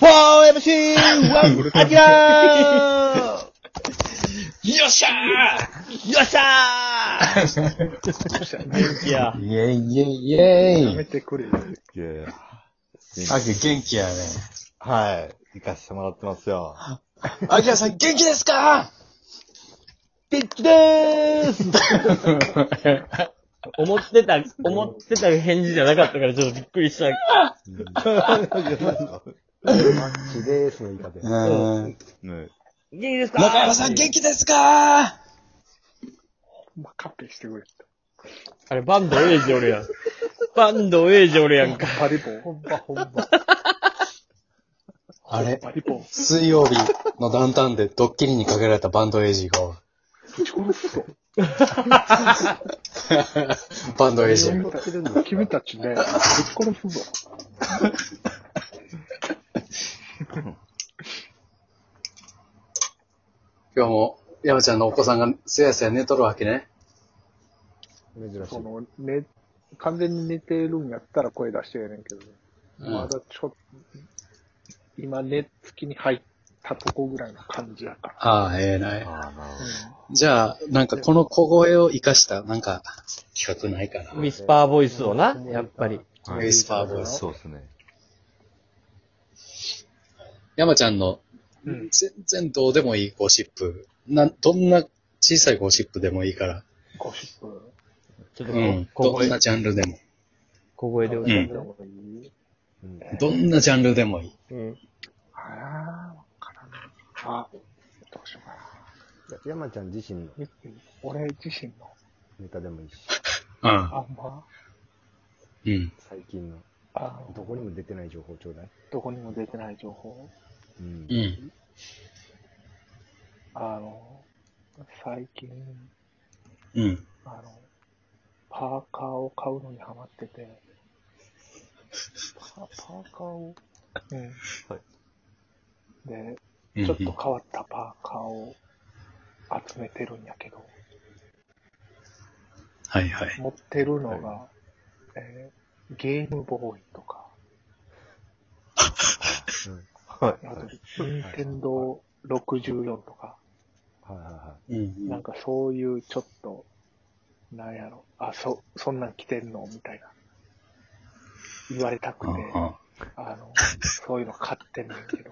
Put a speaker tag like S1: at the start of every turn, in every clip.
S1: 楽しいワ ンアキラー
S2: よっしゃ
S1: よっしゃ ーいや、
S3: イェイイェイイ
S4: や
S3: ェ
S4: め
S3: イ。
S4: てくれよ。
S2: ーいやいや
S3: アキ元気やね。
S4: はい。行かせてもらってますよ。
S3: アキラさん元気ですか
S1: ピッチでーす 思ってた、思ってた返事じゃなかったからちょっとびっくりした。
S4: 綺麗ですの言い方
S3: う。ーん。
S2: ね
S1: 元気ですか
S3: 中山さん元気ですか
S4: まあ、カッペしてくれ。
S1: あれ、バンドエイジおるやん。バンドエイジおるやんか。
S4: パリポン。ほんまほんま。
S3: あれ
S4: パリポン。
S3: 水曜日のダウンタウンでドッキリにかけられたバンドエイジがお る、
S4: うるそ。
S3: バンドエイジ。
S4: 君たち、君たちね、ぶっ殺すぞ。
S3: 今日も山ちゃんのお子さんがすやすや寝とるわけね。
S4: その、ね、完全に寝てるんやったら声出してやねんけど、ね
S3: うん
S4: まだちょっと、今寝つきに入ったとこぐらいの感じやから。
S3: ああ、ええな
S2: あ
S3: い。
S2: あ、なるほど。
S3: じゃあ、なんかこの小声を活かした、なんか、企画ないかな。
S1: ミスパーボイスをな、やっぱり。
S3: ウィスパーボイス
S2: そうですね。
S3: 山ちゃんの
S4: うん。
S3: 全然どうでもいいゴシップ。なん、どんな小さいゴシップでもいいから。
S4: ゴシップ。
S1: ちょっと
S3: う
S1: こ、
S3: ん。
S1: 小
S3: どん
S1: 声
S3: な、ジャンルでも。
S1: 小声でお願いしま
S4: うん。
S3: どんなジャンルでもいい。
S1: す。うん。
S4: ああ、わからない。あ、どうしようかな。
S5: 山ちゃん自身の
S4: 俺自身の、
S5: ネタでもいいし、
S3: うん。
S4: あんま、
S3: うん。
S5: 最近の、
S4: あ
S5: どこにも出てない情報ちょうだい。
S4: どこにも出てない情報。
S5: うん
S3: う。ん。
S4: あの、最近、
S3: うん。
S4: あの、パーカーを買うのにハマってて、パパーカーを、うん。
S2: はい
S4: で、
S3: うん
S4: ちょっと変わったパーカーを集めてるんやけど、
S3: はいはい。
S4: 持ってるのが、えーゲームボーイとか、
S2: は
S4: あと、ニンテンドー64とか、
S5: はいはいは
S3: うん
S4: なんかそういうちょっと、なんやろ、あ、そ、そんなん着てんのみたいな。言われたくて、
S3: あ
S4: あの、そういうの買ってんねんけど。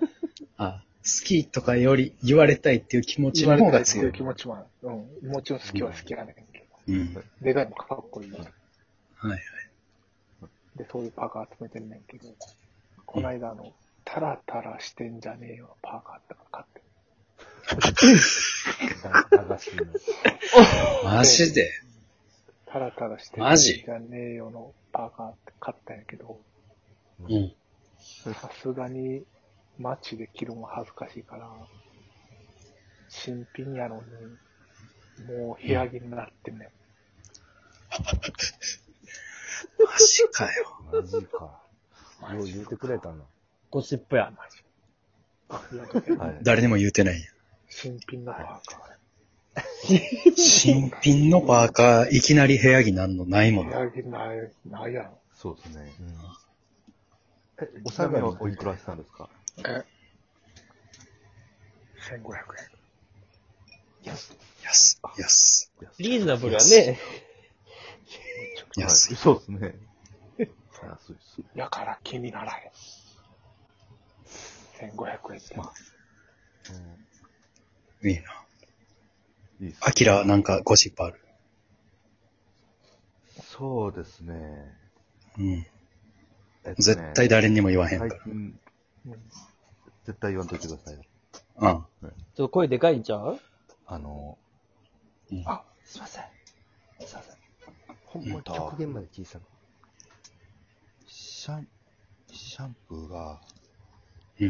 S3: あ、好きとかより言われたいっていう気持ち
S4: 言わ
S3: の
S4: れ
S3: 方
S4: た
S3: が
S4: いって
S3: 強
S4: いう
S3: い。
S4: 気持ちもある。うん。もちろん好きは好きやねんけど。
S3: うん。
S4: デザインもかっこいいよ。
S3: はい。
S4: で、そういうパーカー集めてんねんけど、こないだあの、タラタラしてんじゃねえよ、パーカーっての買って。
S5: い。駄菓子の。
S3: マジで
S4: タラタラして
S3: マ
S4: ん
S3: ジ
S4: じゃねえよのパーカーって買ったんやけど、
S3: うん。
S4: さすがに街で着るも恥ずかしいから、新品やのに、もう部屋着になってんねん。
S3: マジかよ。
S5: マジか。よう言うてくれたな。
S1: ゴシップや。
S2: い。はい。
S3: 誰にも言うてないや
S4: 新品のパーカ
S3: ん。新品のパーカー、いきなり部屋着なんのないも
S4: ー。
S3: ん
S4: 部。屋着ない、ないやろ。
S2: そうですね。
S5: え、
S2: お下がりはおいくらしたんですか
S4: 1500円。
S3: 安、安。
S1: リーズナブルやね。
S3: 安い。
S2: そうですね。安いっすね。
S4: やから気にならへん。1500円って。
S3: いいな。
S2: いいっす
S3: アキラなんかゴシップある。
S2: そうですね。
S3: うん。
S2: えっとね
S3: 絶対誰にも言わへんか
S2: 最
S3: ら。
S2: 近、
S4: うん
S2: 絶対言わんといてください。
S3: うん。
S1: ちょっと声でかいんちゃう
S2: あの、
S5: すいません。すいません。ほんま極限まで小さく。
S2: シャン、シャンプーが、
S3: うん。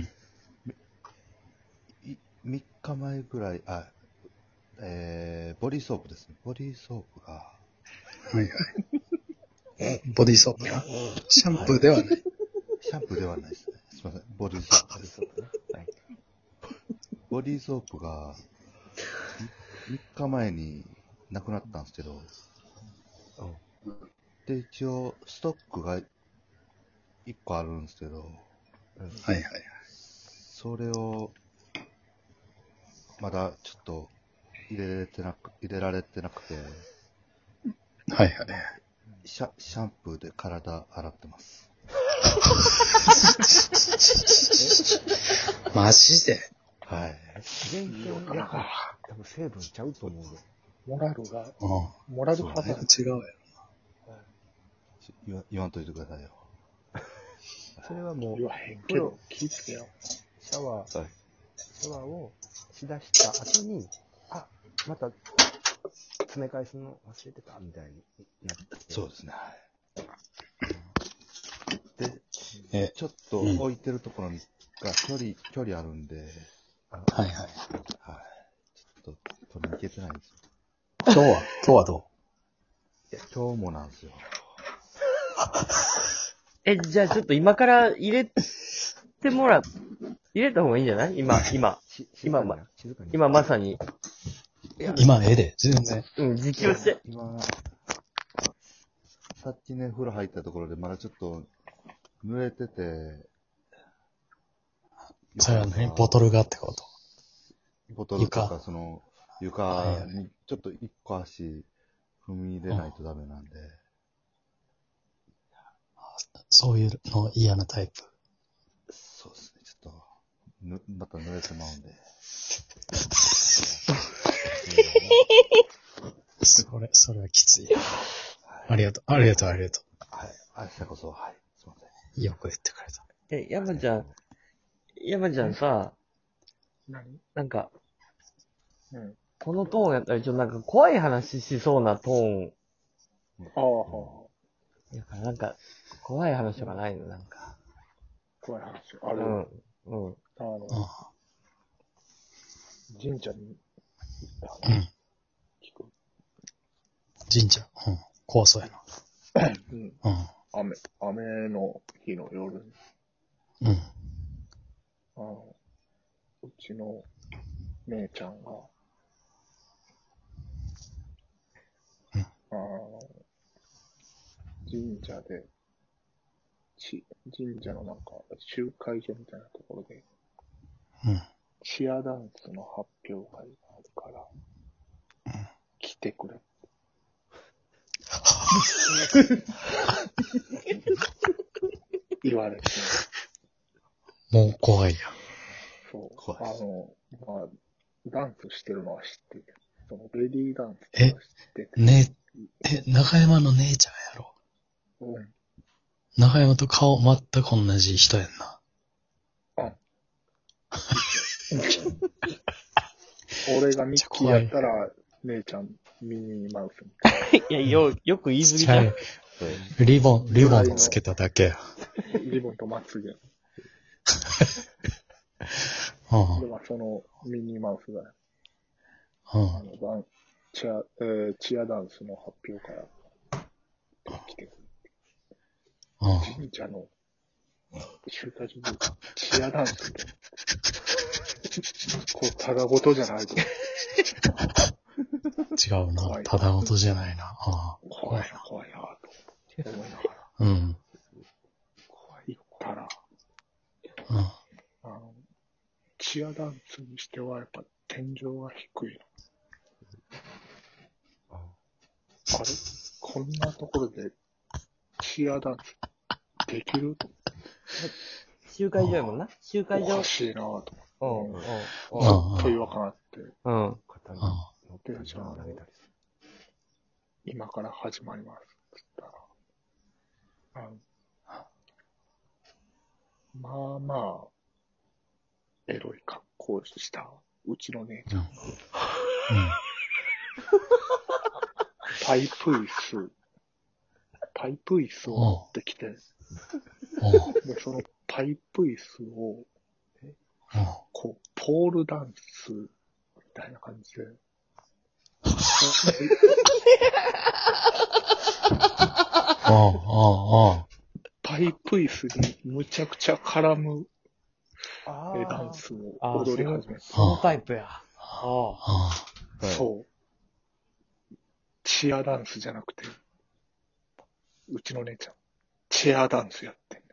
S2: い3日前ぐらい、あ、えー、ボディーソープですね。ボディーソープが、
S3: はいはい。ボディーソープな。シャンプーではない。
S2: シャンプーではないですね。すみません。ボディーソープ。ボディーソープ,、はい、ボディーソープが、3日前になくなったんですけど、で、一応、ストックが1個あるんですけど、
S3: はいはい。
S2: それを、まだちょっと入れれてなく、入れられてなくて、
S3: はいはい。
S2: シャシャンプーで体洗ってます。
S3: マジで
S2: はい。
S5: 全
S4: いい大
S5: 然、
S4: 人
S5: やっぱ
S4: が、
S5: り多分成分ちゃうと思うよ。
S4: モラルが、
S3: うん。
S4: モラル
S3: あ
S4: 派だ。
S3: 違うよ。
S2: ち言わ言わんといてくださいよ。
S5: それはもう
S4: 言、わへんけど、気ぃつけよ。
S5: シャワー、
S2: はい。
S5: シャワーをしだした後に、あ、また、詰め返すの忘れてたみたいになって。
S2: そうですね。はい
S3: え
S2: で、ちょっと置いてるところにが距離、距離あるんで、
S3: はいはい。
S2: はい。ちょっと取りに行けてないんですよ。
S3: 今日は、今日はど
S2: いや今日もなんですよ。
S1: え、じゃあちょっと今から入れてもら、入れた方がいいんじゃない今、今、
S5: し静
S1: 今
S5: か
S1: は
S5: にな。静かに。
S1: 今まさに、
S3: う今ええで、全然。
S1: うん、自供して。
S2: 今、さっきね、風呂入ったところでまだちょっと濡れてて、
S3: それは何ボトルがってこと
S2: ボトルと
S3: 床
S2: か、その、
S3: はい
S2: 床
S3: は
S2: にちょっと一個足踏み入れないとダメなんで、
S3: そういうの嫌なタイプ。
S2: そうですね、ちょっと、ぬまた濡れてまうんで。
S3: それ、それはきつい。ありがとう、ありがとう、ありがと
S2: はい、明日こそ、はい、すいません。
S3: う。よく言ってくれた。
S1: え、山ちゃん、山ちゃんさ、
S4: 何
S1: なんか、
S4: うん。
S1: このトーンやったら、ちょっとなんか怖い話しそうなトーン。
S4: ああ、怖
S1: やからなんか、怖い話とかないのなんか。
S4: い話。あ
S1: う
S4: れ、
S1: ん。うん。
S4: あの、
S3: うん。
S4: 神社に行った
S3: うん。
S4: 聞く。
S3: 神社。うん。怖そうや
S4: うん。
S3: な。
S4: 雨、雨の日の夜に、
S3: うん。うん。
S4: あの、うちの姉ちゃんが、
S3: うん
S4: あの、神社で、ち、神社のなんか、集会所みたいなところで、
S3: うん。
S4: チアダンスの発表会があるから、来てくれ。言われて、
S3: もう怖い
S4: そう。
S2: 怖い
S4: あ
S2: です
S4: の、まあ、ダンスしてるのは知ってて、そのレディーダンス
S3: え
S4: は知ってて、
S3: やん。ね、え、中山の姉ちゃんやろ。
S4: うん、
S3: 中山と顔全く同じ人やんな。
S4: 俺がミッキーやったら、姉ちゃんミニーマウスみたい
S1: いや、よ、よく言い過ぎた。
S3: 違うリボン、リボンつけただけや。
S4: な。リボンとまつげ。
S3: う
S4: で
S3: ん。
S4: は、そのミニーマウスが、
S3: うん
S4: あ。の、ダンチア、えーチアダンスの発表から来てく
S3: うん。
S4: れ。神社の集会所にチアダンスって。こう、ただごとじゃないと。
S3: 違う
S4: 怖
S3: な。
S4: い
S3: ただ音じゃないな。ああ
S4: 怖いな、怖いな、と思いながら。
S3: うん。うん。
S4: 怖いったら、あの、チアダンスにしてはやっぱ天井が低いの。あれこんなところでチアダンスできる
S1: 集会所やもんな。集会
S4: お
S1: 所
S4: か。しいなぁと
S1: うん。
S4: 思って、
S3: う。
S1: うん
S3: う
S4: と違
S3: ん。
S4: 和感あって、
S1: ん。うん。
S5: 肩に
S3: あ
S5: 乗ってるのを投げたりする。
S4: 今から始まります。つったら、あのまあまあ、エロい格好をした、うちのね、
S3: 嗯
S4: パイプ椅子、パイプ椅子を持ってきて、
S3: うん。うん。
S4: で、そのパイプ椅子
S3: う
S4: を、
S3: ん。
S4: こう、ポールダンス、みたいな感 じで。
S3: うん。うん。
S4: パイプ椅子にむちゃくちゃ絡む
S1: あ
S4: えダンスを踊り始め
S1: そのタイプや。あ
S3: 哦う
S4: た。そう。チアダンスじゃなくて、うちの姉ちゃん、チアダンスやってんね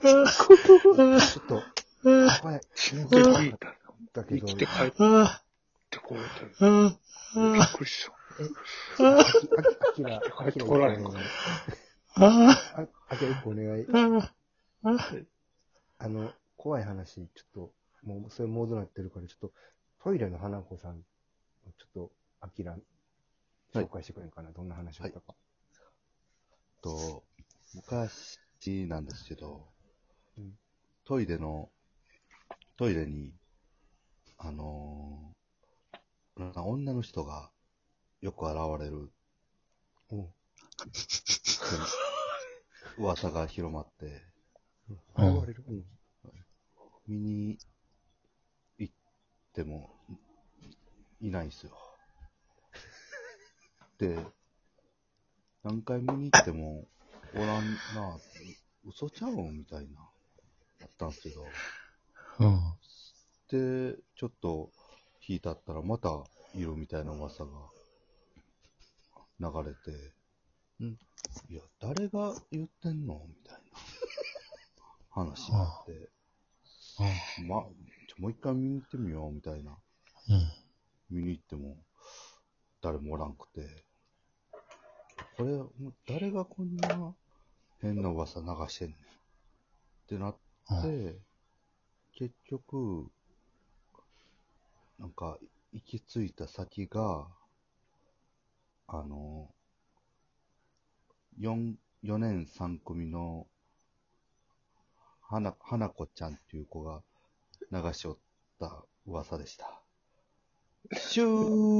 S2: ちょっと、怖い。
S4: 死んでついた。
S2: だけ
S4: 生
S2: ど、
S4: きて帰ってこようという。びっくりした。
S5: あき、あきら、あきら、
S4: 来られん
S5: お
S4: か
S5: 願い。ああきら、一個お願い。あの、怖い話、ちょっと、もう、それモードになってるから、ちょっと、トイレの花子さん、ちょっと、あきら、紹介してくれんかな、どんな話だったか。
S2: えっと、昔なんですけど
S5: うん、
S2: トイレの、トイレに、あのーなんか女の人がよく現れる
S5: うん。
S2: 噂が広まって、
S3: うん
S5: 現れる。うん。
S2: 見に行ってもいないんすよ。で、何回見に行ってもおらんな、嘘ちゃうんみたいな、だったんですけど、
S3: うん。
S2: で、ちょっと引いたったらまたいるみたいな噂が流れて、んいや、誰が言ってんのみたいな話になって、
S3: 哦
S2: まあ、ちょもう一回見に行ってみようみたいな。
S3: うん。
S2: 見に行っても、誰もおらんくて。これ、もう誰がこんな変な噂流してんねん。ってな
S3: 哦
S2: って、結局、なんか、行き着いた先が、あの、4、4年3組の、花、花子ちゃんっていう子が流しおった噂でした。シュー